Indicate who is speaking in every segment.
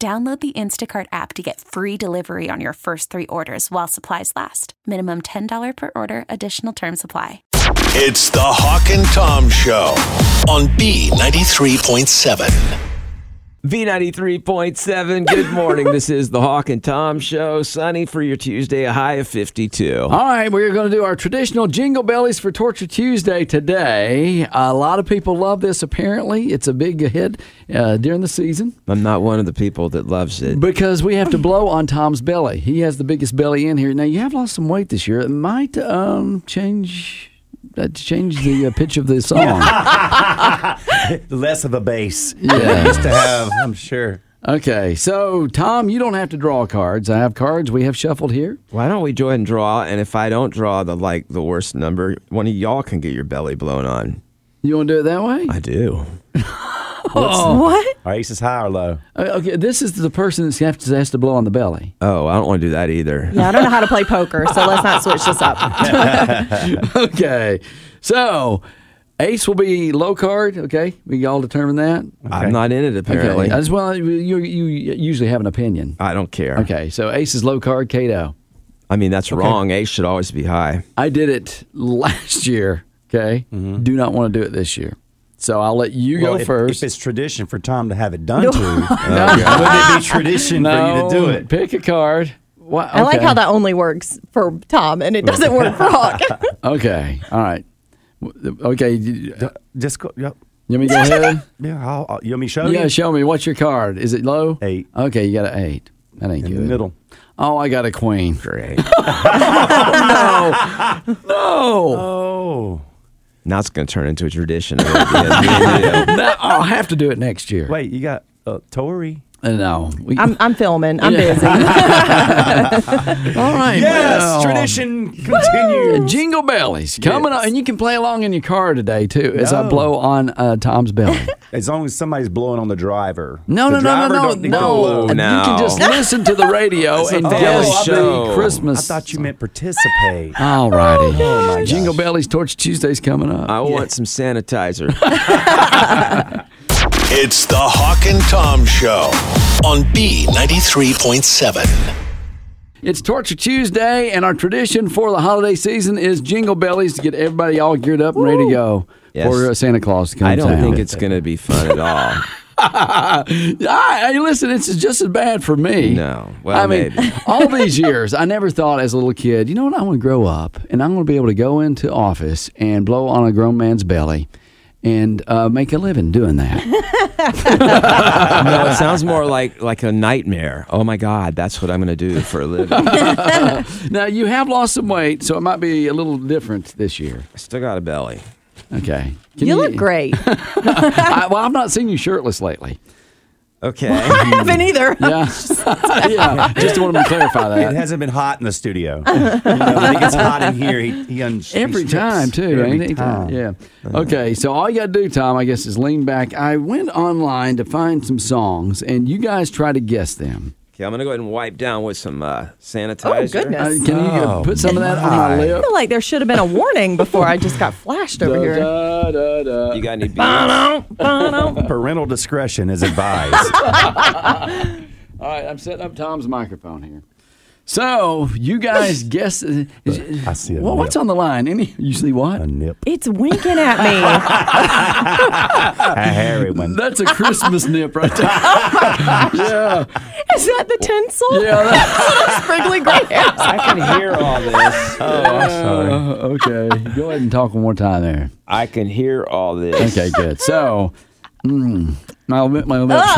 Speaker 1: Download the Instacart app to get free delivery on your first three orders while supplies last. Minimum $10 per order, additional term supply.
Speaker 2: It's the Hawk and Tom Show on B93.7.
Speaker 3: V93.7, good morning. this is the Hawk and Tom Show. Sunny for your Tuesday, a high of 52.
Speaker 4: All right, we're going to do our traditional Jingle Bellies for Torture Tuesday today. A lot of people love this, apparently. It's a big hit uh, during the season
Speaker 3: I'm not one of the people that loves it.
Speaker 4: because we have to blow on Tom's belly. He has the biggest belly in here. Now, you have lost some weight this year. It might um, change. That change the uh, pitch of the song.
Speaker 5: less of a base
Speaker 4: Yeah.
Speaker 5: to have, I'm sure.
Speaker 4: Okay. So, Tom, you don't have to draw cards. I have cards. We have shuffled here.
Speaker 3: Why don't we go ahead and draw? And if I don't draw the like the worst number, one of y'all can get your belly blown on.
Speaker 4: You want to do it that way?
Speaker 3: I do.
Speaker 1: What?
Speaker 5: Our ace is high or low?
Speaker 4: Uh, okay. This is the person that has to, has to blow on the belly.
Speaker 3: Oh, I don't want to do that either.
Speaker 6: Yeah, I don't know how to play poker, so let's not switch this up.
Speaker 4: Okay. So ace will be low card. Okay. We all determine that.
Speaker 3: I'm not in it apparently.
Speaker 4: Okay. As well, you, you you usually have an opinion.
Speaker 3: I don't care.
Speaker 4: Okay. So ace is low card, Cato.
Speaker 3: I mean, that's wrong. Ace should always be high.
Speaker 4: I did it last year. Okay. Do not want to do it this year. So I'll let you
Speaker 5: Mm-hmm. Well,
Speaker 4: go
Speaker 5: if,
Speaker 4: first.
Speaker 5: If it's tradition for Tom to have it done to, uh, would it be tradition for you to do it?
Speaker 4: Pick a card. Why-
Speaker 6: I like
Speaker 4: okay.
Speaker 6: how that only works for Tom and it doesn't work for Hawk.
Speaker 4: Okay. All right. W- Okay. You you
Speaker 5: Just go. Yep.
Speaker 4: want me to go ahead?
Speaker 5: Oh, Yeah. I'll, I'll, you want me to show
Speaker 4: yeah.
Speaker 5: you?
Speaker 4: Show me. What's your card? Is it low?
Speaker 5: Eight.
Speaker 4: Okay. You got an eight. That ain't
Speaker 5: In
Speaker 4: good.
Speaker 5: the middle.
Speaker 4: Oh, I got a queen.
Speaker 3: Great.
Speaker 4: Oh,
Speaker 5: Oh.
Speaker 3: now it's going to turn into a tradition. of it being me and you.
Speaker 4: that- I'll have to do it next year.
Speaker 5: Wait, you got uh, Tory.
Speaker 4: Uh, No. We,
Speaker 6: I'm, I'm filming. I'm
Speaker 4: Yeah.
Speaker 6: busy.
Speaker 4: all right. well.
Speaker 5: tradition continues.
Speaker 4: Jingle bellies coming up, and you can play along in your car today too, as I
Speaker 5: No.
Speaker 4: blow on uh, Tom's belly.
Speaker 5: As long as somebody's blowing on the driver.
Speaker 4: No,
Speaker 5: The
Speaker 4: no, no, no,
Speaker 5: driver
Speaker 4: no,
Speaker 5: don't need to blow.
Speaker 4: no. You
Speaker 3: now.
Speaker 4: can just listen to the radio and
Speaker 3: a
Speaker 4: guess
Speaker 3: belly
Speaker 4: the
Speaker 3: show.
Speaker 5: I
Speaker 4: Christmas.
Speaker 5: thought you meant Oh, participate.
Speaker 4: All righty.
Speaker 5: my gosh.
Speaker 4: Jingle bellies, Torch Tuesday's coming up.
Speaker 3: I want some sanitizer.
Speaker 2: It's the Hawk and Tom Show on B93.7.
Speaker 4: It's Torture Tuesday, and our tradition for the holiday season is jingle bellies to get everybody all geared up and ready to go
Speaker 3: Yes.
Speaker 4: for uh, Santa Claus to come.
Speaker 3: I don't
Speaker 4: town.
Speaker 3: think it's going to be fun at all.
Speaker 4: I, I- listen, it's just as bad for me.
Speaker 3: No. Well,
Speaker 4: I mean,
Speaker 3: maybe.
Speaker 4: all these years, I never thought as a little kid, you know what? I want to grow up and I'm going to be able to go into office and blow on a grown man's belly and uh, make a living doing that.
Speaker 3: No, it sounds more like like a nightmare. Oh my God, that's what I'm going to do for a living.
Speaker 4: now, you have lost some weight, so it might be a little different this year.
Speaker 3: I still got a belly.
Speaker 4: Okay. Can
Speaker 6: You look great. I
Speaker 4: I, well, I've not seen you shirtless lately.
Speaker 3: Okay.
Speaker 6: haven't either.
Speaker 4: Yeah. yeah. Just want to clarify
Speaker 5: It
Speaker 4: that.
Speaker 5: hasn't been hot in the studio. you know, when it gets hot in here, he, he un- he
Speaker 4: Every
Speaker 5: strips.
Speaker 4: time too.
Speaker 5: Every
Speaker 4: ain't it?
Speaker 5: time. Uh-huh.
Speaker 4: Yeah. Okay. So all you gotta do, Tom, I guess, is lean back. I went online to find some songs, and you guys try to guess them.
Speaker 3: Okay, I'm going to go ahead and wipe down with some uh, sanitizer.
Speaker 6: Oh, goodness.
Speaker 4: Uh, can you uh, put some of that on my
Speaker 6: I
Speaker 4: lip?
Speaker 6: feel like there should have been a warning before I just got flashed over here.
Speaker 4: Da, da, da.
Speaker 3: You got any beans?
Speaker 5: Parental discretion is advised.
Speaker 4: All right, I'm setting up Tom's microphone here. So you guys guess. uh, is-
Speaker 5: I see a
Speaker 4: Well, what's on the line? Any? You see what?
Speaker 5: A nip.
Speaker 6: It's winking at me.
Speaker 4: Uh,
Speaker 5: A hairy one.
Speaker 4: That's a Christmas nip right there. yeah,
Speaker 6: Is that the tinsel?
Speaker 4: yeah. That,
Speaker 6: Spriggly gray hairs.
Speaker 5: I can hear all this. Oh, I'm sorry.
Speaker 4: uh, okay, go ahead and talk one more time there.
Speaker 3: I can hear all this.
Speaker 4: Okay, good. So, mm, my lip, my lips.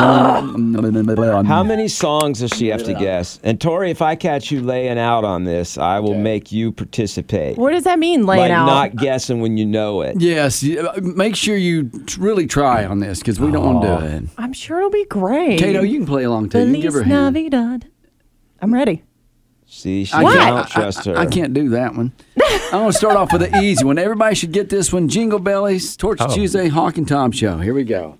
Speaker 3: How many songs does she have to guess? And Tori, if I catch you laying out on this, I will make you participate.
Speaker 6: What does that mean, laying
Speaker 3: like
Speaker 6: out?
Speaker 3: not guessing when you know it.
Speaker 4: Yes, you- uh, make sure you t- really try on this because we don't want to do it.
Speaker 6: I'm sure it'll be great.
Speaker 4: Kato, you can play along too. You can give her a
Speaker 6: Feliz
Speaker 4: hand.
Speaker 6: Navidad. I'm ready.
Speaker 3: See, she
Speaker 4: I
Speaker 3: don't
Speaker 4: can't-
Speaker 3: trust her.
Speaker 4: I can't do that one. I'm going to start off with an easy one. Everybody should get this one. Jingle Bellies, Torch Tuesday, Hawk and Tom Show. Here we go.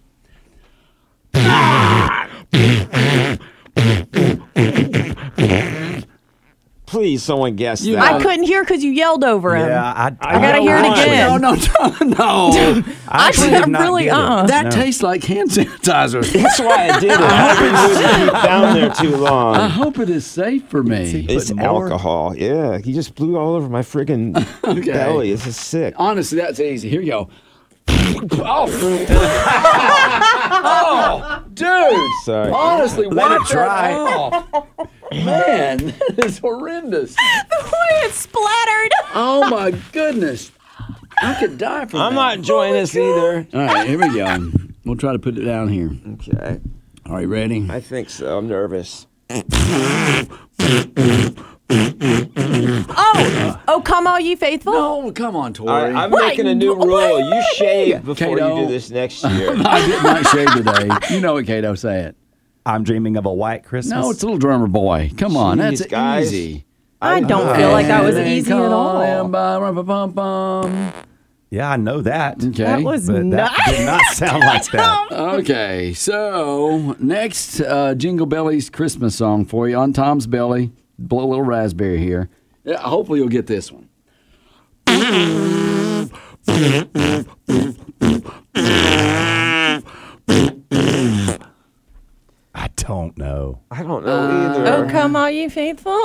Speaker 3: Please, someone guess
Speaker 4: You
Speaker 3: that.
Speaker 4: know-
Speaker 6: I couldn't hear because you yelled over him.
Speaker 5: Yeah, I,
Speaker 3: I gotta hear it
Speaker 5: want
Speaker 6: again.
Speaker 4: No, no, no. no.
Speaker 5: I
Speaker 6: Actually,
Speaker 5: did
Speaker 6: I'm
Speaker 5: not
Speaker 6: really-
Speaker 5: get it.
Speaker 6: uh-uh.
Speaker 4: that tastes like hand sanitizer.
Speaker 3: That's why I did it. I hope it was down there too long.
Speaker 4: I hope it is safe for me.
Speaker 3: It's alcohol. Yeah, he just blew all over my friggin'
Speaker 4: Okay.
Speaker 3: belly. This is sick.
Speaker 4: Honestly, that's easy. Here you go. Oh, oh dude.
Speaker 3: Sorry.
Speaker 4: Honestly,
Speaker 5: Let
Speaker 4: wipe
Speaker 5: it dry.
Speaker 4: that off. Man, that is horrendous.
Speaker 6: The way it splattered.
Speaker 4: Oh my goodness. I could die from
Speaker 3: I'm
Speaker 4: that.
Speaker 3: not enjoying this either.
Speaker 4: All right, here we go. We'll try to put it down here.
Speaker 3: Okay.
Speaker 4: All right, ready?
Speaker 3: I think so. I'm nervous.
Speaker 6: Oh, oh, come all ye faithful.
Speaker 4: No, come on,
Speaker 3: All right,
Speaker 4: Tori.
Speaker 3: I'm
Speaker 6: Why-
Speaker 3: making a new
Speaker 6: why
Speaker 3: rule.
Speaker 6: am
Speaker 3: You
Speaker 6: I-
Speaker 3: shave before you
Speaker 4: Kato.
Speaker 3: do this next year.
Speaker 4: I did not shave today. You know what, Kato, say it.
Speaker 5: I'm dreaming of a white Christmas.
Speaker 4: No, it's a little drummer boy. Come on, that's
Speaker 3: Jeez, guys.
Speaker 4: easy.
Speaker 6: I don't feel like that was
Speaker 4: And they
Speaker 6: easy at all.
Speaker 4: call him by rum-pa-pum-pum.
Speaker 5: yeah, I know that.
Speaker 4: Okay.
Speaker 6: That was
Speaker 5: But
Speaker 6: nuts.
Speaker 5: that did not sound like that.
Speaker 4: Okay, so next uh, Jingle Belly's Christmas song for you on Tom's Belly. Blow a little raspberry here. Yeah, hopefully you'll get this one.
Speaker 5: I don't know.
Speaker 3: I don't know either.
Speaker 6: Oh, come all ye faithful.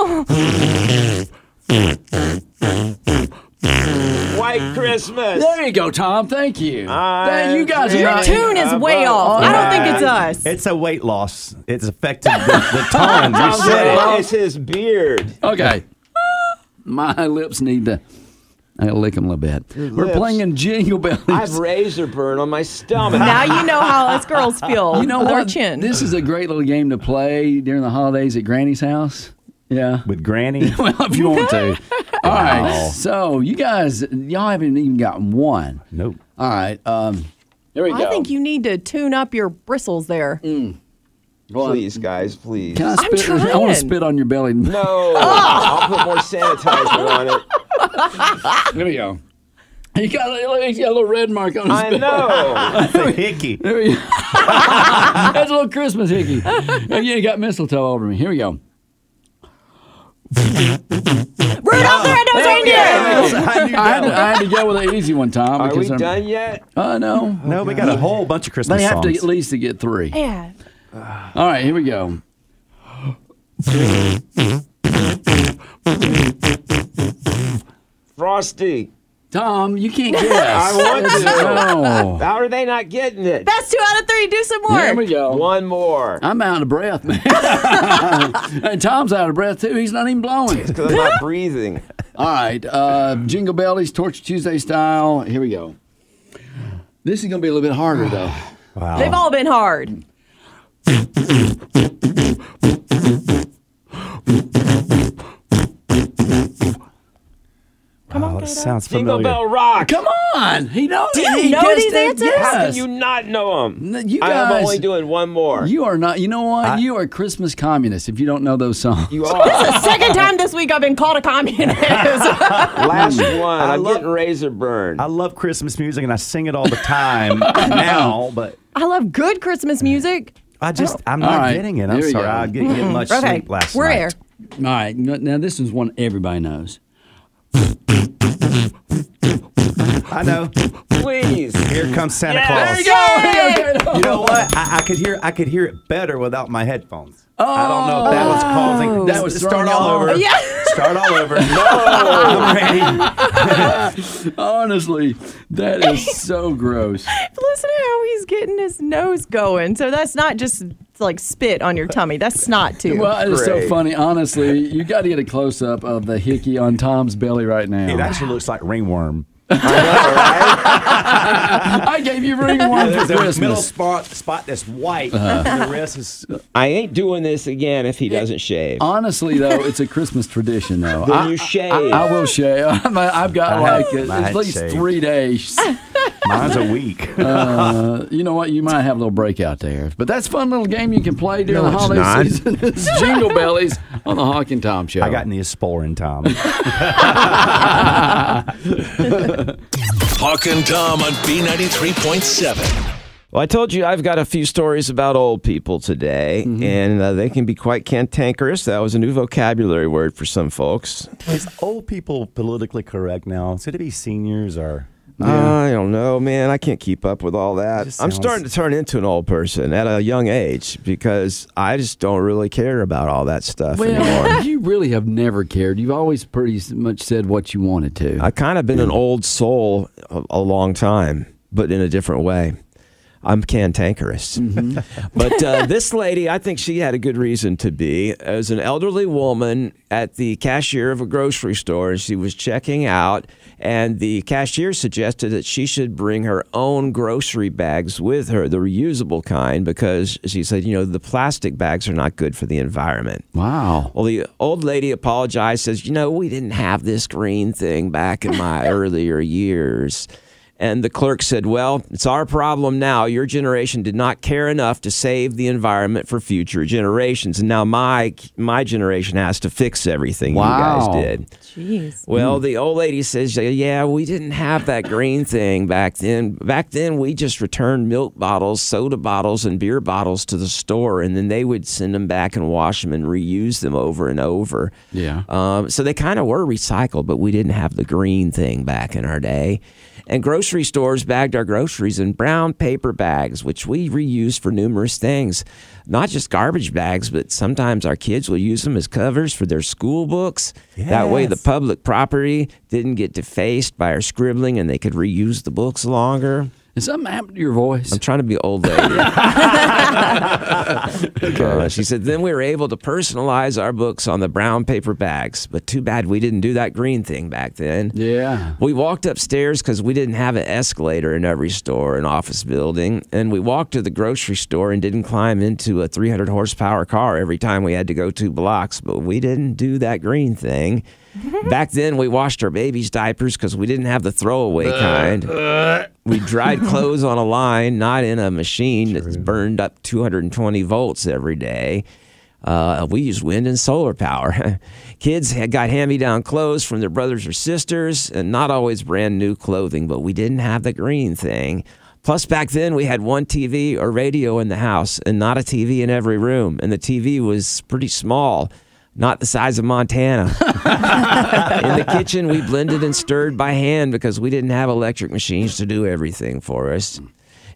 Speaker 3: White Christmas.
Speaker 4: There you go, Tom. Thank you. Thank you guys are
Speaker 6: Your
Speaker 4: not-
Speaker 6: tune is way
Speaker 3: above
Speaker 6: off. I don't think it's us.
Speaker 5: It's a weight loss. It's affected the, the tone. You said it.
Speaker 3: It's his beard.
Speaker 4: Okay. My lips need to. I gotta lick them a little bit. We're
Speaker 3: lips.
Speaker 4: playing in Jingle Bellies.
Speaker 3: I've razor burn on my stomach.
Speaker 6: now you know how us girls feel.
Speaker 4: you know
Speaker 6: Their
Speaker 4: what?
Speaker 6: chin.
Speaker 4: This is a great little game to play during the holidays at Granny's house. Yeah.
Speaker 5: With Granny.
Speaker 4: well, if you want to. All right. So you guys, y'all haven't even gotten one.
Speaker 5: Nope.
Speaker 4: All right. Um, here we Mm.
Speaker 6: I think you need to tune up your bristles there.
Speaker 3: please, guys, please.
Speaker 4: Can I
Speaker 6: I'm
Speaker 4: spit? I want to
Speaker 6: trying.
Speaker 4: spit on your belly.
Speaker 3: No. I'll put more sanitizer on it.
Speaker 4: Here we go. You got, a little- he's got a little red mark on his
Speaker 3: I
Speaker 4: belly.
Speaker 3: know.
Speaker 5: It's a hickey.
Speaker 4: There we go. That's a little Christmas hickey. And you got mistletoe over me. Here we go.
Speaker 6: Rudolph the Red-Nosed Reindeer!
Speaker 5: I knew
Speaker 4: I had, to,
Speaker 5: that
Speaker 4: I had to go with an easy one, Tom.
Speaker 3: Are we
Speaker 4: because I'm-
Speaker 3: done yet?
Speaker 4: Uh, no.
Speaker 5: one. No, we got a whole bunch of Christmas
Speaker 4: They have to
Speaker 5: songs.
Speaker 4: at least to get three.
Speaker 6: Yeah.
Speaker 4: All right, here we go.
Speaker 3: Frosty.
Speaker 4: Tom, you can't guess.
Speaker 3: I want to.
Speaker 4: no.
Speaker 3: How are they not getting it?
Speaker 6: That's two out of three. Do some more.
Speaker 4: Here we go.
Speaker 3: One more.
Speaker 4: I'm out of breath, man. and Tom's out of breath too. He's not even blowing.
Speaker 3: Because I'm not breathing.
Speaker 4: All right, uh, Jingle Bellies, Torch Tuesday style. Here we go. This is gonna be a little bit harder though.
Speaker 6: They've all been hard.
Speaker 5: Oh, it sounds
Speaker 3: Jingle
Speaker 5: familiar.
Speaker 3: Bell Rock.
Speaker 4: Come on, he knows.
Speaker 6: Do you
Speaker 4: he
Speaker 6: know
Speaker 4: guessed
Speaker 6: these
Speaker 4: it.
Speaker 6: answers?
Speaker 4: Yes.
Speaker 3: How can you not know them?
Speaker 4: N- you
Speaker 3: I'm
Speaker 4: guys-
Speaker 3: only doing one more.
Speaker 4: You are not. You know what? you are Christmas communists if you don't know those songs.
Speaker 3: You are.
Speaker 6: The second time this week I've been called a communist.
Speaker 3: Last
Speaker 4: Mm.
Speaker 3: one. I'm
Speaker 5: love-
Speaker 3: getting razor burn.
Speaker 5: I love Christmas music and I sing it all the time now, but
Speaker 6: I love good Christmas music.
Speaker 5: I just I'm not
Speaker 4: right,
Speaker 5: getting it.
Speaker 4: there
Speaker 5: I'm
Speaker 4: we
Speaker 5: sorry.
Speaker 4: go.
Speaker 5: I didn't get much
Speaker 6: Okay,
Speaker 5: sleep last
Speaker 6: we're
Speaker 5: night.
Speaker 6: here.
Speaker 4: All right, n- now this is one everybody knows.
Speaker 5: I know.
Speaker 3: Please.
Speaker 5: Here comes Santa Claus.
Speaker 4: There you go.
Speaker 5: You know what? I, I could hear I could hear it better without my headphones. I don't know if that
Speaker 6: Oh.
Speaker 5: was causing.
Speaker 4: That was
Speaker 5: start
Speaker 4: throwing
Speaker 5: all
Speaker 4: you
Speaker 5: over.
Speaker 4: off.
Speaker 5: Start all over. No, I'm ready.
Speaker 4: Honestly, that is so gross.
Speaker 6: Listen to how he's getting his nose going. So that's not just like spit on your tummy. That's snot too.
Speaker 4: Well, it's so
Speaker 5: Great.
Speaker 4: funny. Honestly, you got to get a close up of the hickey on Tom's belly right now.
Speaker 5: It actually looks like ringworm.
Speaker 4: I gave you ringworm for
Speaker 5: There's Uh-huh. a middle
Speaker 4: Christmas.
Speaker 5: spot spot that's white, and the rest is.
Speaker 3: I ain't doing this again if he doesn't shave.
Speaker 4: Honestly, though, it's a Christmas tradition, though.
Speaker 3: Then
Speaker 4: Uh, I,
Speaker 3: you
Speaker 4: I,
Speaker 3: shave.
Speaker 4: I will shave. I'm- I've got
Speaker 5: I had-
Speaker 4: like
Speaker 5: I
Speaker 4: at
Speaker 5: had
Speaker 4: least
Speaker 5: shaved.
Speaker 4: three days.
Speaker 5: Mine's a week.
Speaker 4: You know what? You might have a little breakout there, but that's a fun little game you can play during the
Speaker 3: it's
Speaker 4: holiday
Speaker 3: not.
Speaker 4: season. it's Jingle Bellies on the Hawk and Tom Show.
Speaker 5: I got Neosporin time.
Speaker 2: Hawk and Tom on B93.7.
Speaker 3: Well, I told you I've got a few stories about old people today,
Speaker 4: Mm-hmm.
Speaker 3: and uh, they can be quite cantankerous. That was a new vocabulary word for some folks.
Speaker 5: is old people politically correct now? Should it be seniors or?
Speaker 3: I don't know, man. I can't keep up with all that.
Speaker 5: Just
Speaker 3: I'm
Speaker 5: sounds-
Speaker 3: starting to turn into an old person at a young age because I just don't really care about all that stuff anymore.
Speaker 4: Well, you really have never cared. You've always pretty s- much said what you wanted to.
Speaker 3: I kind of been an old soul a, a long time, but in a different way. I'm cantankerous. but uh, this lady, I think she had a good reason to be. As an elderly woman at the cashier of a grocery store, and she was checking out, and the cashier suggested that she should bring her own grocery bags with her, the reusable kind, because she said, you know, the plastic bags are not good for the environment.
Speaker 4: wow.
Speaker 3: Well, the old lady apologized, says, You know, we didn't have this green thing back in my earlier years. And the clerk said, Well, it's our problem now. Your generation did not care enough to save the environment for future generations. And now my my generation has to fix everything you
Speaker 4: Wow.
Speaker 3: guys did.
Speaker 6: Jeez.
Speaker 3: Well, the old lady says, "Yeah, we didn't have that green thing back then. Back then, we just returned milk bottles, soda bottles, and beer bottles to the store, and then they would send them back and wash them and reuse them over and over.
Speaker 4: Yeah.
Speaker 3: Um, so they kind of were recycled, but we didn't have the green thing back in our day. And grocery stores bagged our groceries in brown paper bags, which we reused for numerous things. Not just garbage bags, but sometimes our kids will use them as covers for their school books. That way, the
Speaker 5: Yes.
Speaker 3: public property didn't get defaced by our scribbling and they could reuse the books longer.
Speaker 4: Is something happened to your voice?
Speaker 3: I'm trying to be old lady. Uh, she said, then we were able to personalize our books on the brown paper bags, but too bad we didn't do that green thing back then.
Speaker 4: Yeah.
Speaker 3: We walked upstairs because we didn't have an escalator in every store and office building. And we walked to the grocery store and didn't climb into a 300 horsepower car every time we had to go two blocks. But we didn't do that green thing. Back then, we washed our baby's diapers because we didn't have the throwaway kind. We dried clothes on a line, not in a machine that's burned up 220 volts every day. Uh, we used wind and solar power. Kids had got hand me down clothes from their brothers or sisters, and not always brand new clothing, but we didn't have the green thing. Plus, back then, we had one TV or radio in the house and not a TV in every room. And the TV was pretty small, not the size of Montana. In the kitchen, we blended and stirred by hand because we didn't have electric machines to do everything for us.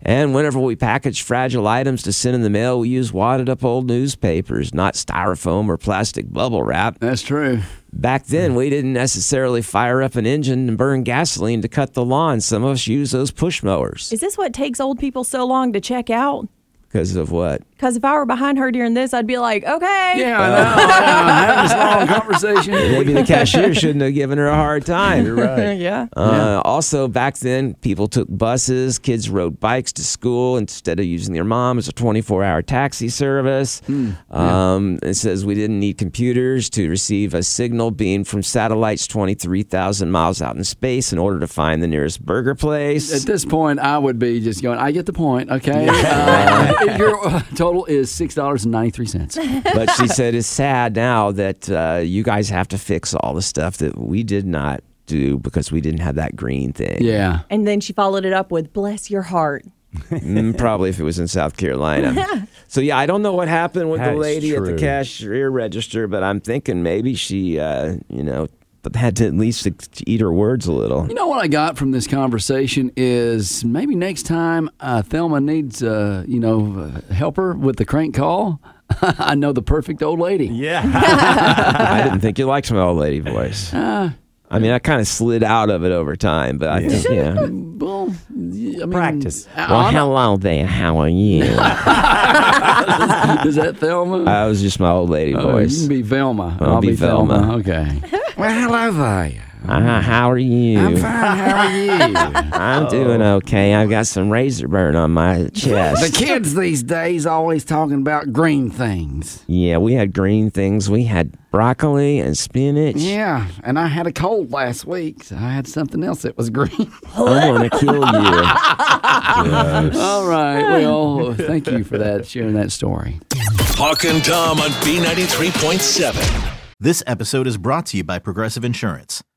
Speaker 3: And whenever we packaged fragile items to send in the mail, we used wadded up old newspapers, not styrofoam or plastic bubble wrap.
Speaker 4: That's true.
Speaker 3: Back then, we didn't necessarily fire up an engine and burn gasoline to cut the lawn. Some of us used those push mowers
Speaker 6: Is this what takes old people so long to check out?
Speaker 3: because of what?
Speaker 6: Because if I were behind her during this, I'd be like, okay.
Speaker 4: Yeah, I know. Yeah, having this long conversation.
Speaker 3: uh, Maybe the cashier shouldn't have given her a hard time.
Speaker 6: yeah.
Speaker 3: Uh, also, back then, people took buses, kids rode bikes to school instead of using their mom as a 24 hour taxi service. um, It says we didn't need computers to receive a signal beam from satellites 23,000 miles out in space in order to find the nearest burger
Speaker 4: At
Speaker 3: place.
Speaker 4: this point, I would be just going. I get the point. Okay. Uh, your uh, total is six dollars and ninety three cents.
Speaker 3: but she said it's sad now that uh, you guys have to fix all the stuff that we did not do because we didn't have that green thing.
Speaker 4: Yeah.
Speaker 6: And then she followed it up with, bless your heart.
Speaker 3: Mm, probably if it was in South Carolina. so yeah, I don't know what happened with
Speaker 5: That
Speaker 3: the
Speaker 5: is
Speaker 3: lady at the
Speaker 5: true.
Speaker 3: cashier register, but I'm thinking maybe she, uh, you know, but had to at least eat her words a little.
Speaker 4: You know what I got from this conversation is maybe next time uh, Thelma needs, uh, you know, uh, helper with the crank call. I know the perfect old lady.
Speaker 5: Yeah.
Speaker 3: I didn't think you liked my old lady voice. I mean, I kind of slid out of it over time, but I think, yeah.
Speaker 4: Well, I mean,
Speaker 5: Practice.
Speaker 3: Well, hello there. How are you?
Speaker 4: is that Thelma?
Speaker 3: I was just my old lady
Speaker 4: Oh, you
Speaker 3: voice.
Speaker 4: can be Velma. I'll,
Speaker 3: be
Speaker 4: be, Velma.
Speaker 3: Velma.
Speaker 4: Okay.
Speaker 5: well, hello there.
Speaker 3: Uh, how are you? I'm,
Speaker 5: How are you?
Speaker 3: doing
Speaker 4: Oh.
Speaker 3: okay. I've got some razor burn on my chest.
Speaker 4: kids these days always talking about green things.
Speaker 3: yeah, we had green things. We had broccoli and spinach.
Speaker 4: Yeah, and I had a cold last week. So I had something else that was green.
Speaker 3: I want to kill you.
Speaker 4: All right. Well, thank you for that sharing that story.
Speaker 2: Hawk and Tom on B93.7.
Speaker 7: This episode is brought to you by Progressive Insurance.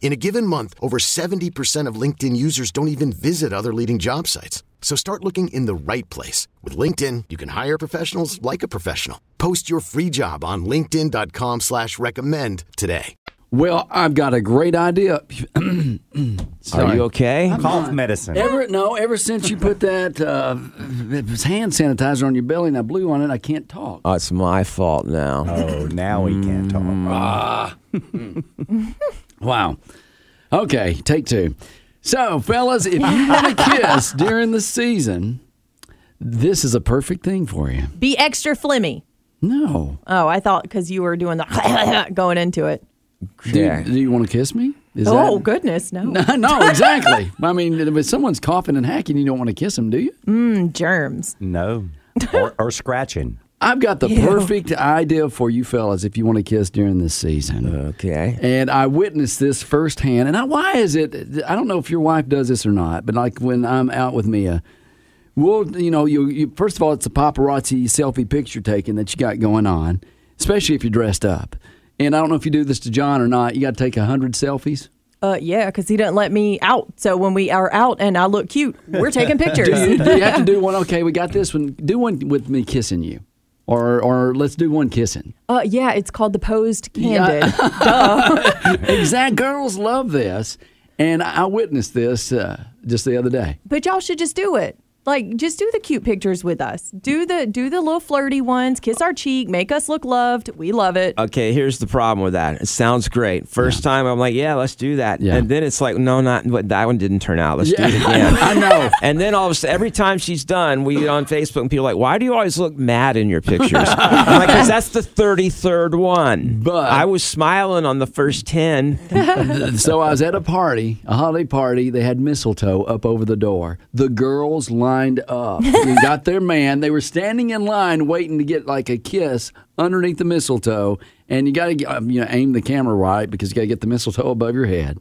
Speaker 8: In a given month, over 70% of LinkedIn users don't even visit other leading job sites. So start looking in the right place. With LinkedIn, you can hire professionals like a professional. Post your free job on linkedin.com/recommend slash recommend today.
Speaker 4: Well, I've got a great idea.
Speaker 3: Are you okay?
Speaker 5: Cough medicine.
Speaker 4: Ever no, ever since you put that uh, it was hand sanitizer on your belly and I blew on it, I can't talk.
Speaker 3: Oh, it's my fault now.
Speaker 5: Oh, now we can't talk.
Speaker 4: Mm. Wow. Okay, take two. So, fellas, if you want to kiss during the season, this is a perfect thing for you.
Speaker 6: Be extra flimmy.
Speaker 4: No.
Speaker 6: Oh, I thought because you were doing the going into it.
Speaker 4: Do,
Speaker 3: Yeah.
Speaker 4: do you want to kiss me? Is
Speaker 6: oh,
Speaker 4: that-
Speaker 6: goodness, no.
Speaker 4: no, exactly. I mean, if someone's coughing and hacking, you don't want to kiss them, do you?
Speaker 6: Mm, Germs.
Speaker 5: No. Or, or scratching.
Speaker 4: I've got the perfect idea for you fellas if you want to kiss during this season.
Speaker 3: Uh, Okay.
Speaker 4: And I witnessed this firsthand. And I, why is it? I don't know if your wife does this or not, but like when I'm out with Mia, well, you know, you, you first of all, it's a paparazzi selfie picture taking that you got going on, especially if you're dressed up. And I don't know if you do this to John or not. You got to take a hundred selfies.
Speaker 6: Uh, yeah, because he doesn't let me out. So when we are out and I look cute, we're taking
Speaker 4: do, you,
Speaker 6: pictures.
Speaker 4: do you have to do one? Okay, we got this one. Do one with me kissing you, or or let's do one kissing.
Speaker 6: uh, yeah, it's called the posed candid.
Speaker 4: Exact girls love this, and I witnessed this uh, just the other day.
Speaker 6: but y'all should just do it. Like, just do the cute pictures with us. Do the do the little flirty ones. Kiss our cheek. Make us look loved. We love it.
Speaker 3: Okay, here's the problem with that. It sounds great. First time, I'm like, yeah, let's do that.
Speaker 4: Yeah.
Speaker 3: And then it's like, no, not but that one didn't turn out. Let's do it again.
Speaker 4: I know.
Speaker 3: And then all of a sudden, every time she's done, we get on Facebook and people are like, why do you always look mad in your pictures? I'm like, because that's the 33rd one.
Speaker 4: But-
Speaker 3: I was smiling on the first 10.
Speaker 4: so I was at a party, a holiday party. They had mistletoe up over the door. The girls lined up. We got their man. They were standing in line waiting to get like a kiss underneath the mistletoe. And you got to you know aim the camera right because you got to get the mistletoe above your head.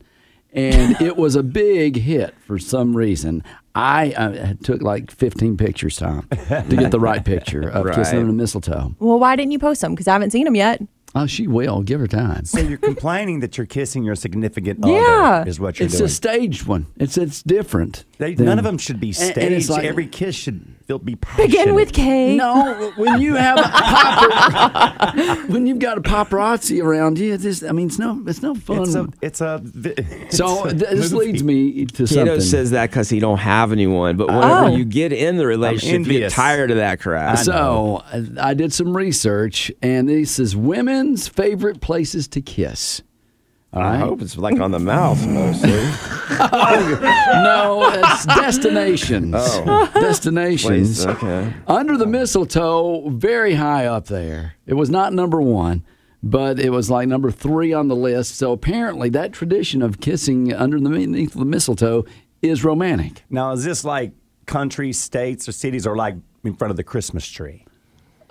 Speaker 4: And it was a big hit for some reason. I uh, took like 15 pictures, Tom, to get the right picture of kissing
Speaker 3: Right.
Speaker 4: under the mistletoe.
Speaker 6: Well, why didn't you post them? Because I haven't seen them yet.
Speaker 4: Oh, she will. Give her time.
Speaker 5: So you're complaining that you're kissing your significant
Speaker 6: Yeah.
Speaker 5: other is what you're
Speaker 4: It's
Speaker 5: doing.
Speaker 4: a staged one. It's it's different.
Speaker 5: They,
Speaker 4: than-
Speaker 5: none of them should be
Speaker 4: And-
Speaker 5: staged.
Speaker 4: and it's like-
Speaker 5: Every kiss should feel, be passionate.
Speaker 6: Begin with K.
Speaker 4: No, when you have a papar- when you've got a paparazzi around you, it's just, I mean, it's no it's no fun.
Speaker 5: It's a. It's a vi- it's
Speaker 4: so
Speaker 5: a
Speaker 4: th- this
Speaker 5: movie.
Speaker 4: leads me to
Speaker 3: Kato
Speaker 4: something.
Speaker 3: says that because he don't have anyone. But whenever
Speaker 6: Oh.
Speaker 3: you get in the relationship, you get
Speaker 5: envious.
Speaker 3: tired of that crap.
Speaker 4: so uh, I did some research, and this is women's favorite places to kiss.
Speaker 3: I hope it's like on the mouth mostly.
Speaker 4: No, it's destinations.
Speaker 5: Oh.
Speaker 4: Destinations.
Speaker 3: Place, okay.
Speaker 4: Under the mistletoe, very high up there. It was not number one, but it was like number three on the list. So apparently, that tradition of kissing under the beneath the mistletoe is romantic.
Speaker 5: Now is this like country, states, or cities, or like in front of the Christmas tree?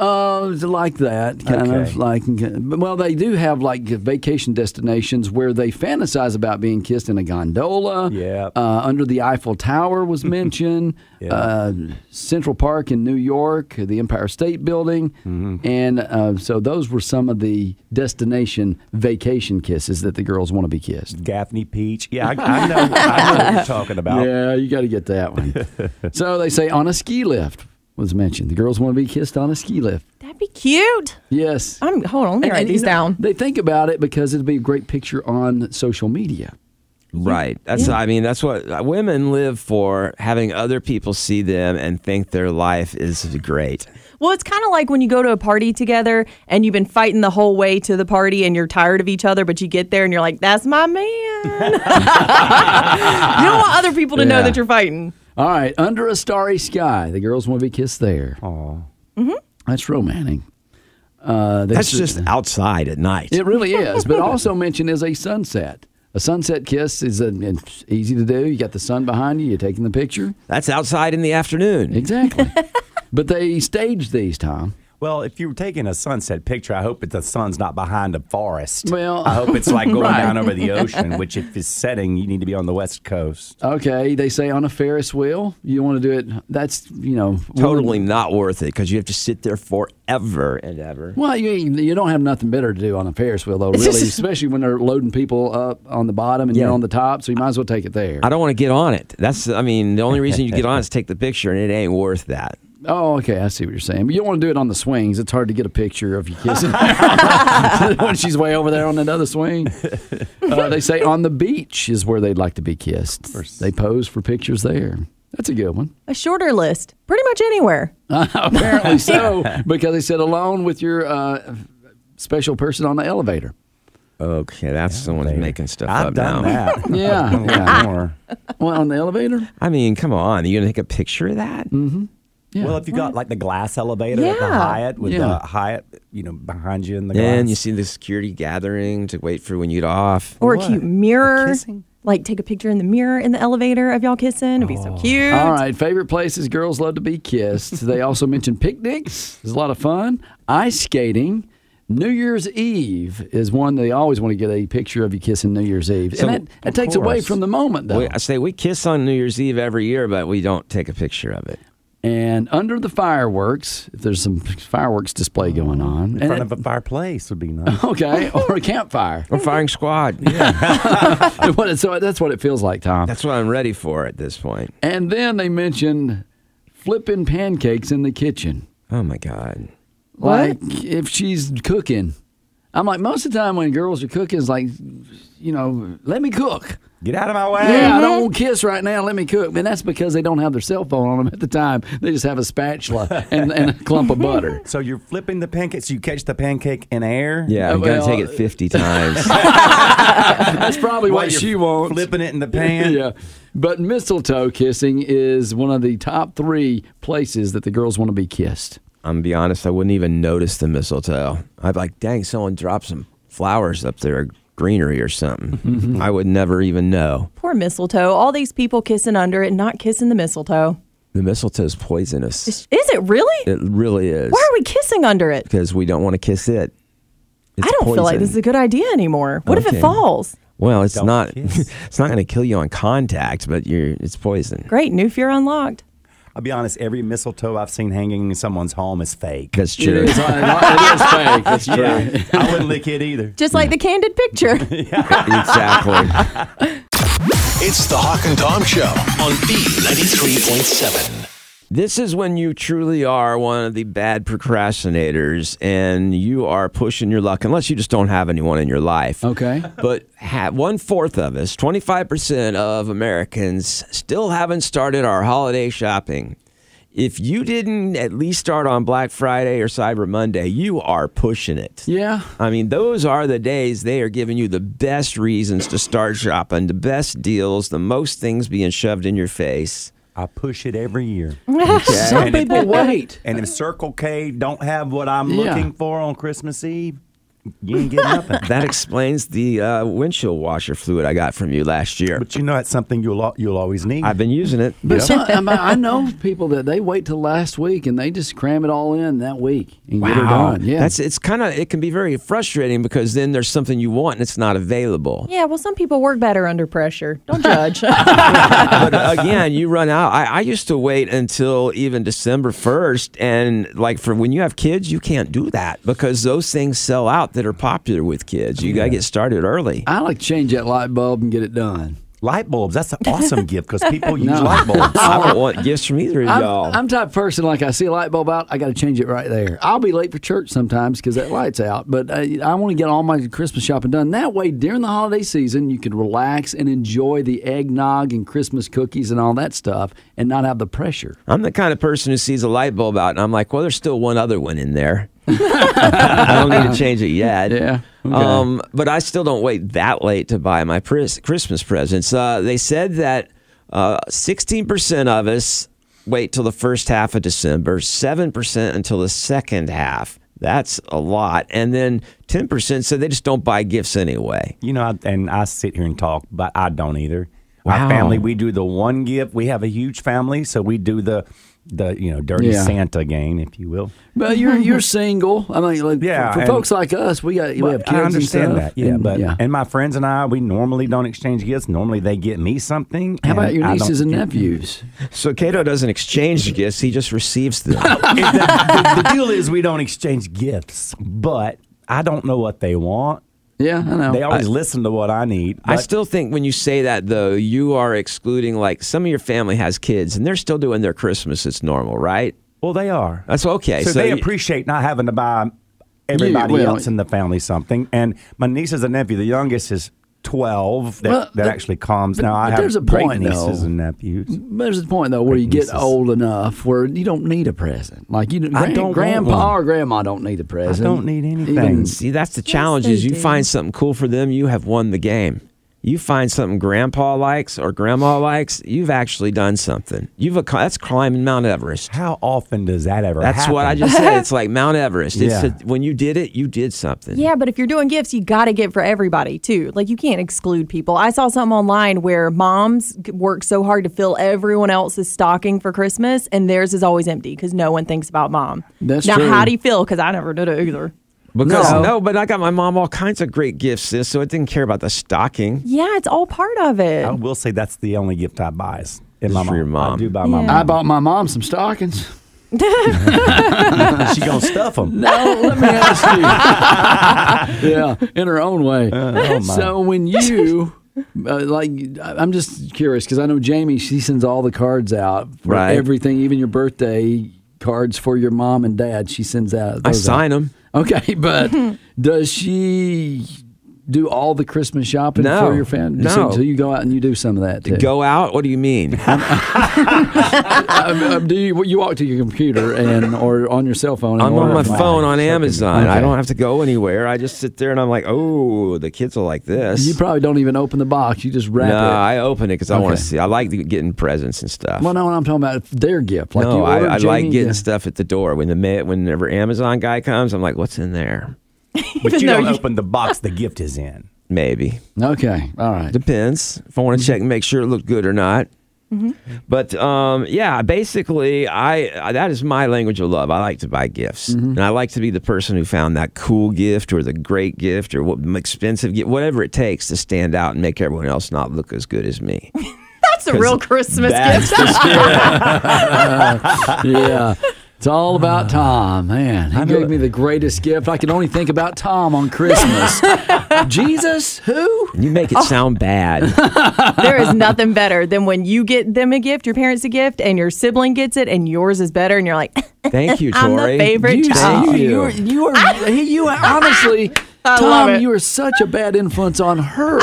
Speaker 4: Oh, it's like that kind of
Speaker 5: Okay.
Speaker 4: like. Well, they do have like vacation destinations where they fantasize about being kissed in a gondolla.
Speaker 5: Yep.
Speaker 4: Uh, under the Eiffel Tower was mentioned.
Speaker 5: Yeah.
Speaker 4: uh, Central Park in New York, the Empire State Building,
Speaker 5: Mm-hmm.
Speaker 4: and uh, so those were some of the destination vacation kisses that the girls want to be kissed.
Speaker 5: Gaffney Peach. Yeah, I, I know. I know what you're talking about.
Speaker 4: Yeah, you got to get that one. so they say on a ski lift was mentioned. The girls want to be kissed on a ski lift.
Speaker 6: That'd be cute.
Speaker 4: Yes.
Speaker 6: I'm hold on. Let me
Speaker 4: And-
Speaker 6: write
Speaker 4: and, you
Speaker 6: these
Speaker 4: know,
Speaker 6: down.
Speaker 4: They think about it because it'd be a great picture on social media.
Speaker 3: Right. That's I mean that's what uh, women live for having other people see them and think their life is great.
Speaker 6: Well, it's kind of like when you go to a party together and you've been fighting the whole way to the party and you're tired of each other, but you get there and you're like, "That's my man." you don't want other people to know
Speaker 4: Yeah.
Speaker 6: that you're fighting.
Speaker 4: All right, under a starry sky, the girls want to be kissed there.
Speaker 5: Aw.
Speaker 4: That's romantic. Uh, they-
Speaker 3: That's just outside at night.
Speaker 4: it, really is. But also mentioned is a sunset. A sunset kiss is a, it's easy to do. You got the sun behind you. You're taking the picture.
Speaker 3: That's outside in the afternoon.
Speaker 4: Exactly. but they staged these, Tom.
Speaker 5: Well, if you were taking a sunset picture, I hope that the sun's not behind a forest.
Speaker 4: Well-
Speaker 5: I hope it's like going
Speaker 4: Right.
Speaker 5: down over the ocean, which if it's setting, you need to be on the west coast.
Speaker 4: Okay, they say on a Ferris wheel. You want to do it? That's you know
Speaker 3: Totally not worth it because you have to sit there forever and ever.
Speaker 4: Well, you you don't have nothing better to do on a Ferris wheel, though, really, especially when they're loading people up on the bottom and you're
Speaker 3: Yeah.
Speaker 4: on the top, so you might as well take it there.
Speaker 3: I don't want to get on it. That's I mean the only reason you get on it is to take the picture and it ain't worth that.
Speaker 4: Oh, okay, I see what you're saying. But you don't want to do it on the swings. It's hard to get a picture of you kissing when she's way over there on another swing. Uh, they say on the beach is where they'd like to be kissed. They pose for pictures there. That's a good one.
Speaker 6: A shorter list, pretty much anywhere.
Speaker 4: Apparently so, because they said alone with your uh, special person on the elevator.
Speaker 3: Okay, that's someone's making stuff
Speaker 5: I've
Speaker 3: up
Speaker 5: done
Speaker 3: now.
Speaker 5: that.
Speaker 4: Yeah, yeah.
Speaker 5: More.
Speaker 4: Well, on the elevator?
Speaker 3: I mean, come on, you gonna take a picture of that?
Speaker 4: Yeah.
Speaker 5: Well, if you got like the glass elevator at the
Speaker 6: Yeah.
Speaker 5: Hyatt with
Speaker 4: Yeah.
Speaker 5: the Hyatt, you know, behind you in the glass.
Speaker 3: And you see the security gathering to wait for when you get off.
Speaker 6: Or a
Speaker 5: What?
Speaker 6: cute mirror.
Speaker 5: Kissing?
Speaker 6: Like take a picture in the mirror in the elevator of y'all kissing. It'd be so cute.
Speaker 4: All right, favorite places girls love to be kissed. they also mentioned picnics. It's a lot of fun. Ice skating. New Year's Eve is one they always want to get a picture of you kissing New Year's Eve.
Speaker 3: So,
Speaker 4: and that, that
Speaker 3: of
Speaker 4: takes away
Speaker 3: course.
Speaker 4: from the moment, though.
Speaker 3: We, I say we kiss on New Year's Eve every year, but we don't take a picture of it.
Speaker 4: and under the fireworks, if there's some fireworks display going on.
Speaker 5: in front of a fireplace would be nice.
Speaker 4: okay, or a campfire.
Speaker 3: I'm firing squad. Uh,
Speaker 4: What it- so that's what it feels like, Tom.
Speaker 3: That's what I'm ready for at this point.
Speaker 4: And then they mentioned flipping pancakes in the kitchen.
Speaker 3: Oh my God.
Speaker 4: Like if she's cooking. I'm like most of the time when girls are cooking it's like you know, let me cook.
Speaker 5: Get out of my way.
Speaker 4: Yeah, Mm-hmm. I don't want to kiss right now. Let me cook. And that's because they don't have their cell phone on them at the time. They just have a spatula and, and a clump of butter.
Speaker 5: So you're flipping the pancake, so you catch the pancake in air.
Speaker 3: Yeah, I'm
Speaker 4: Well-
Speaker 3: gonna take it 50 times.
Speaker 4: That's probably
Speaker 5: While
Speaker 4: what
Speaker 5: you're
Speaker 4: she wants.
Speaker 5: Flipping it in the pan.
Speaker 4: yeah. But mistletoe kissing is one of the top three places that the girls want to be kissed.
Speaker 3: I'm gonna be honest, I wouldn't even notice the mistletoe. I'd be like, dang, someone dropped some flowers up there, greenery or something. I would never even know.
Speaker 6: Poor mistletoe. All these people kissing under it, and not kissing the mistletoe.
Speaker 3: The mistletoe's poisonous.
Speaker 6: Is it really?
Speaker 3: It really is.
Speaker 6: Why are we kissing under it?
Speaker 3: Because we don't want to kiss it. It's
Speaker 6: I don't feel like
Speaker 3: poison.
Speaker 6: this is a good idea anymore. What if it
Speaker 3: Okay.
Speaker 6: falls?
Speaker 3: Well, it's
Speaker 5: Don't
Speaker 3: not.
Speaker 5: kiss.
Speaker 3: It's not going to kill you on contact, but you're. It's poison.
Speaker 6: Great, new fear unlocked.
Speaker 5: I'll be honest, every mistletoe I've seen hanging in someone's home is fake.
Speaker 3: That's
Speaker 4: It
Speaker 3: true.
Speaker 4: is, it is fake. That's true.
Speaker 5: Yeah, I wouldn't lick it either.
Speaker 9: Just like the candid picture.
Speaker 3: exactly.
Speaker 2: It's the Hawk and Tom Show on B93.7.
Speaker 3: This is when you truly are one of the bad procrastinators and you are pushing your luck, unless you just don't have anyone in your life.
Speaker 4: Okay.
Speaker 3: But ha- one fourth of us, 25% of Americans, still haven't started our holiday shopping. If you didn't at least start on Black Friday or Cyber Monday, you are pushing it.
Speaker 4: Yeah.
Speaker 3: I mean, those are the days they are giving you the best reasons to start shopping, the best deals, the most things being shoved in your face.
Speaker 5: I push it every year.
Speaker 4: Some people wait.
Speaker 5: And if Circle K don't have what I'm
Speaker 4: Yeah.
Speaker 5: looking for on Christmas Eve, you ain't getting nothing.
Speaker 3: That explains the uh, windshield washer fluid I got from you last year.
Speaker 5: But you know, it's something you'll al- you'll always need.
Speaker 3: I've been using it.
Speaker 4: But some, I, mean, I know people that they wait till last week and they just cram it all in that week and get it done. Yeah.
Speaker 3: That's it's kind of it can be very frustrating because then there's something you want and it's not available.
Speaker 6: Yeah, well, some people work better under pressure. Don't judge.
Speaker 3: but uh, again, you run out. I, I used to wait until even December 1st. And like for when you have kids, you can't do that because those things sell out that are popular with kids. You got to get started early.
Speaker 4: I like to change that light bulb and get it done.
Speaker 5: light bulbs. That's an awesome gift because people use
Speaker 4: No.
Speaker 5: light bulbs.
Speaker 3: I don't want gifts from either of
Speaker 4: I'm,
Speaker 3: y'all.
Speaker 4: I'm type of person like I see a light bulb out, I got to change it right there. I'll be late for church sometimes because that light's out, but uh, I, I want to get all my Christmas shopping done. That way, during the holiday season, you can relax and enjoy the eggnog and Christmas cookies and all that stuff, and not have the pressure.
Speaker 3: I'm the kind of person who sees a light bulb out and I'm like, well, there's still one other one in there. I don't need to change it yet.
Speaker 4: Yeah, okay.
Speaker 3: Um, but I still don't wait that late to buy my pris- Christmas presents. Uh, they said that uh, 16% of us wait till the first half of December, 7% until the second half. That's a lot. And then 10% said they just don't buy gifts anyway.
Speaker 5: You know, I, and I sit here and talk, but I don't either.
Speaker 3: Wow.
Speaker 5: Our family, we do the one gift. We have a huge family, so we do the the you know dirty
Speaker 4: Yeah.
Speaker 5: Santa game, if you will.
Speaker 4: But you're you're single. I mean, like,
Speaker 5: Yeah,
Speaker 4: for, for
Speaker 5: and-
Speaker 4: folks like us, we got we have kids.
Speaker 5: I understand
Speaker 4: and stuff,
Speaker 5: that. Yeah,
Speaker 4: and-
Speaker 5: but and my friends and I, we normally don't exchange gifts. Normally, they get me something.
Speaker 4: how about
Speaker 5: and
Speaker 4: your
Speaker 5: I don't
Speaker 4: nieces and
Speaker 5: get-
Speaker 4: nephews?
Speaker 3: So Cato doesn't exchange gifts, he just receives them.
Speaker 5: the, the deal is we don't exchange gifts, but I don't know what they want.
Speaker 4: Yeah, Oh, I know.
Speaker 5: They always listen to what I need.
Speaker 3: I
Speaker 5: but-
Speaker 3: still think when you say that, though, you are excluding like some of your family has kids and they're still doing their Christmas. It's normal, right?
Speaker 5: well, they are.
Speaker 3: That's okay.
Speaker 5: So, they
Speaker 3: you-
Speaker 5: appreciate not having to buy everybody
Speaker 4: well-
Speaker 5: else in the family something. And my nieces and nephew, the youngest is twelve. That,
Speaker 4: Well,
Speaker 5: that
Speaker 4: but-
Speaker 5: actually comes
Speaker 4: but-
Speaker 5: now. I
Speaker 4: but
Speaker 5: have
Speaker 4: there's a
Speaker 5: great
Speaker 4: point,
Speaker 5: nieces
Speaker 4: though.
Speaker 5: and nephews.
Speaker 4: There's a point though where you get
Speaker 5: Nieces.
Speaker 4: old enough where you don't need a present. Like you,
Speaker 5: I
Speaker 4: gran-
Speaker 5: don't want
Speaker 4: grandpa
Speaker 5: one.
Speaker 4: or grandma don't need a present.
Speaker 5: don't need anything.
Speaker 4: Even-
Speaker 3: see that's the challenge is you find something cool for them, you have won the game. You find something grandpa likes or grandma likes, you've actually done something. You've acco- that's climbing Mount Everest.
Speaker 5: How often does that ever?
Speaker 3: That's what I
Speaker 5: happen?
Speaker 3: just said. It's like Mount Everest. It's
Speaker 5: Yeah.
Speaker 3: a, when you did it, you did something.
Speaker 6: Yeah, but if you're doing gifts, you got to get for everybody too. Like you can't exclude people. I saw something online where moms g- work so hard to fill everyone else's stocking for Christmas, and theirs is always empty because no one thinks about mom.
Speaker 4: That's
Speaker 6: now,
Speaker 4: true.
Speaker 6: how do you feel? Because I never did it either.
Speaker 3: Because no.
Speaker 4: No.
Speaker 3: but I got my mom all kinds of great gifts, sis, so I didn't care about the stocking.
Speaker 6: Yeah, it's all part of it.
Speaker 5: I will say that's the only gift I buy is in my
Speaker 3: for your
Speaker 5: I
Speaker 3: mom.
Speaker 5: do buy my
Speaker 4: I
Speaker 5: mom.
Speaker 4: bought my mom some stockings.
Speaker 5: she gonna stuff them.
Speaker 4: No, let me ask you. yeah, in her own way.
Speaker 5: Uh, oh,
Speaker 4: so when you. Uh, like I- I'm just curious because I know Jamie she sends all the cards out for
Speaker 3: Right.
Speaker 4: everything even your birthday cards for your mom and dad she sends out
Speaker 3: I
Speaker 4: those out.
Speaker 3: sign them.
Speaker 4: Okay, but does she do all the Christmas shopping
Speaker 3: No.
Speaker 4: for your family?
Speaker 3: No.
Speaker 4: So, so you go out and you do some of that too.
Speaker 3: Go out? What do you mean?
Speaker 4: Um, um, do you you walk to your computer and or on your cell phone? And
Speaker 3: I'm on
Speaker 4: order
Speaker 3: my
Speaker 4: them.
Speaker 3: phone on Amazon. I
Speaker 4: Okay.
Speaker 3: don't have to go anywhere. I just sit there and I'm like, oh, the kids will like this.
Speaker 4: You probably don't even open the box. You just wrap
Speaker 3: no,
Speaker 4: it.
Speaker 3: I open it because I want to
Speaker 4: Okay.
Speaker 3: see. I like the- getting presents and stuff.
Speaker 4: Well, no, what I'm talking about their gift. Like
Speaker 3: no,
Speaker 4: you ordered
Speaker 3: I, I like
Speaker 4: Jamie-
Speaker 3: getting
Speaker 4: yeah.
Speaker 3: stuff at the door. When the ma- whenever Amazon guy comes, I'm like, what's in there?
Speaker 5: But you
Speaker 6: though
Speaker 5: don't
Speaker 6: you-
Speaker 5: open the box the gift is in.
Speaker 3: Maybe
Speaker 4: Okay, all right.
Speaker 3: depends if I
Speaker 4: Mm-hmm.
Speaker 3: want to check and make sure it looked good or not.
Speaker 6: Mm-hmm.
Speaker 3: But um, yeah, basically, I that is my language of love. I like to buy gifts,
Speaker 4: Mm-hmm.
Speaker 3: and I like to be the person who found that cool gift or the great gift or what expensive gift, whatever it takes to stand out and make everyone else not look as good as me.
Speaker 6: That's a real Christmas
Speaker 4: That's
Speaker 6: gift.
Speaker 4: the spirit. yeah. It's all
Speaker 3: Ah.
Speaker 4: about Tom, man. He gave me the greatest gift. I can only think about Tom on Christmas. Jesus, who? Oh.
Speaker 3: You make it sound bad.
Speaker 6: there is nothing better than when you get them a gift, your parents a gift, and your sibling gets it, and yours is better, and you're like,
Speaker 3: Thank you,
Speaker 6: I'm the
Speaker 3: Tori.
Speaker 6: favorite You child.
Speaker 3: Thank
Speaker 4: You,
Speaker 3: you.
Speaker 4: are, you are, he- you are honestly,
Speaker 6: I love
Speaker 4: Tom,
Speaker 6: it.
Speaker 4: you are such a bad influence on her.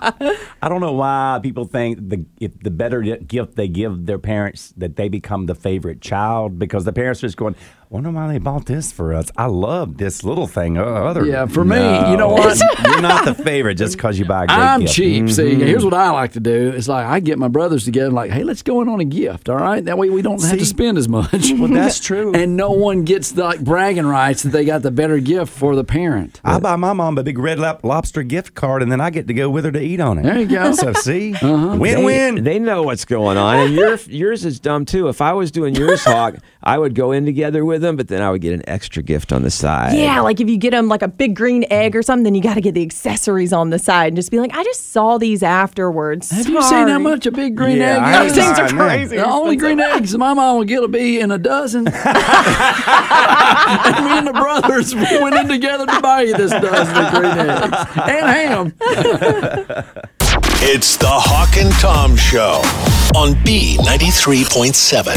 Speaker 5: I don't know why people think the if the better gift they give their parents that they become the favorite child because the parents are just going, wonder why they bought this for us. I love this little thing. Uh, other
Speaker 4: Yeah, for me, you know what?
Speaker 5: You're not the favorite just because you buy a great
Speaker 4: I'm
Speaker 5: gift.
Speaker 4: cheap.
Speaker 5: Mm-hmm.
Speaker 4: See, here's what I like to do. It's like I get my brothers together, like, hey, let's go in on a gift, all right? That way we don't have to
Speaker 5: See?
Speaker 4: spend as much.
Speaker 5: Well, that's true.
Speaker 4: and no one gets the like, bragging rights that they got the better gift for the parent.
Speaker 5: I buy my mom a big red lop- lobster gift card, and then I get to go with her to eat on it.
Speaker 4: There you go. Uh-huh.
Speaker 5: So see,
Speaker 3: They-
Speaker 5: win-win.
Speaker 3: They know what's going on, and your, yours is dumb too. If I was doing yours, Hawk, I would go in together with them, but then I would get an extra gift on the side.
Speaker 6: yeah, like if you get them like a big green egg or something, then you got to get the accessories on the side and just be like, I just saw these afterwards.
Speaker 4: Have you seen how
Speaker 6: Sorry."
Speaker 4: much a big green
Speaker 5: Yeah, I
Speaker 4: egg
Speaker 5: ain't
Speaker 4: is?
Speaker 6: Those things are
Speaker 5: Sorry, man.
Speaker 6: crazy.
Speaker 4: The only green eggs my mom will get will be in a dozen. and me and the brothers we went in together to buy you this dozen of green eggs and ham.
Speaker 2: It's the Hawk and Tom Show on B93.7.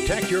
Speaker 10: Protect your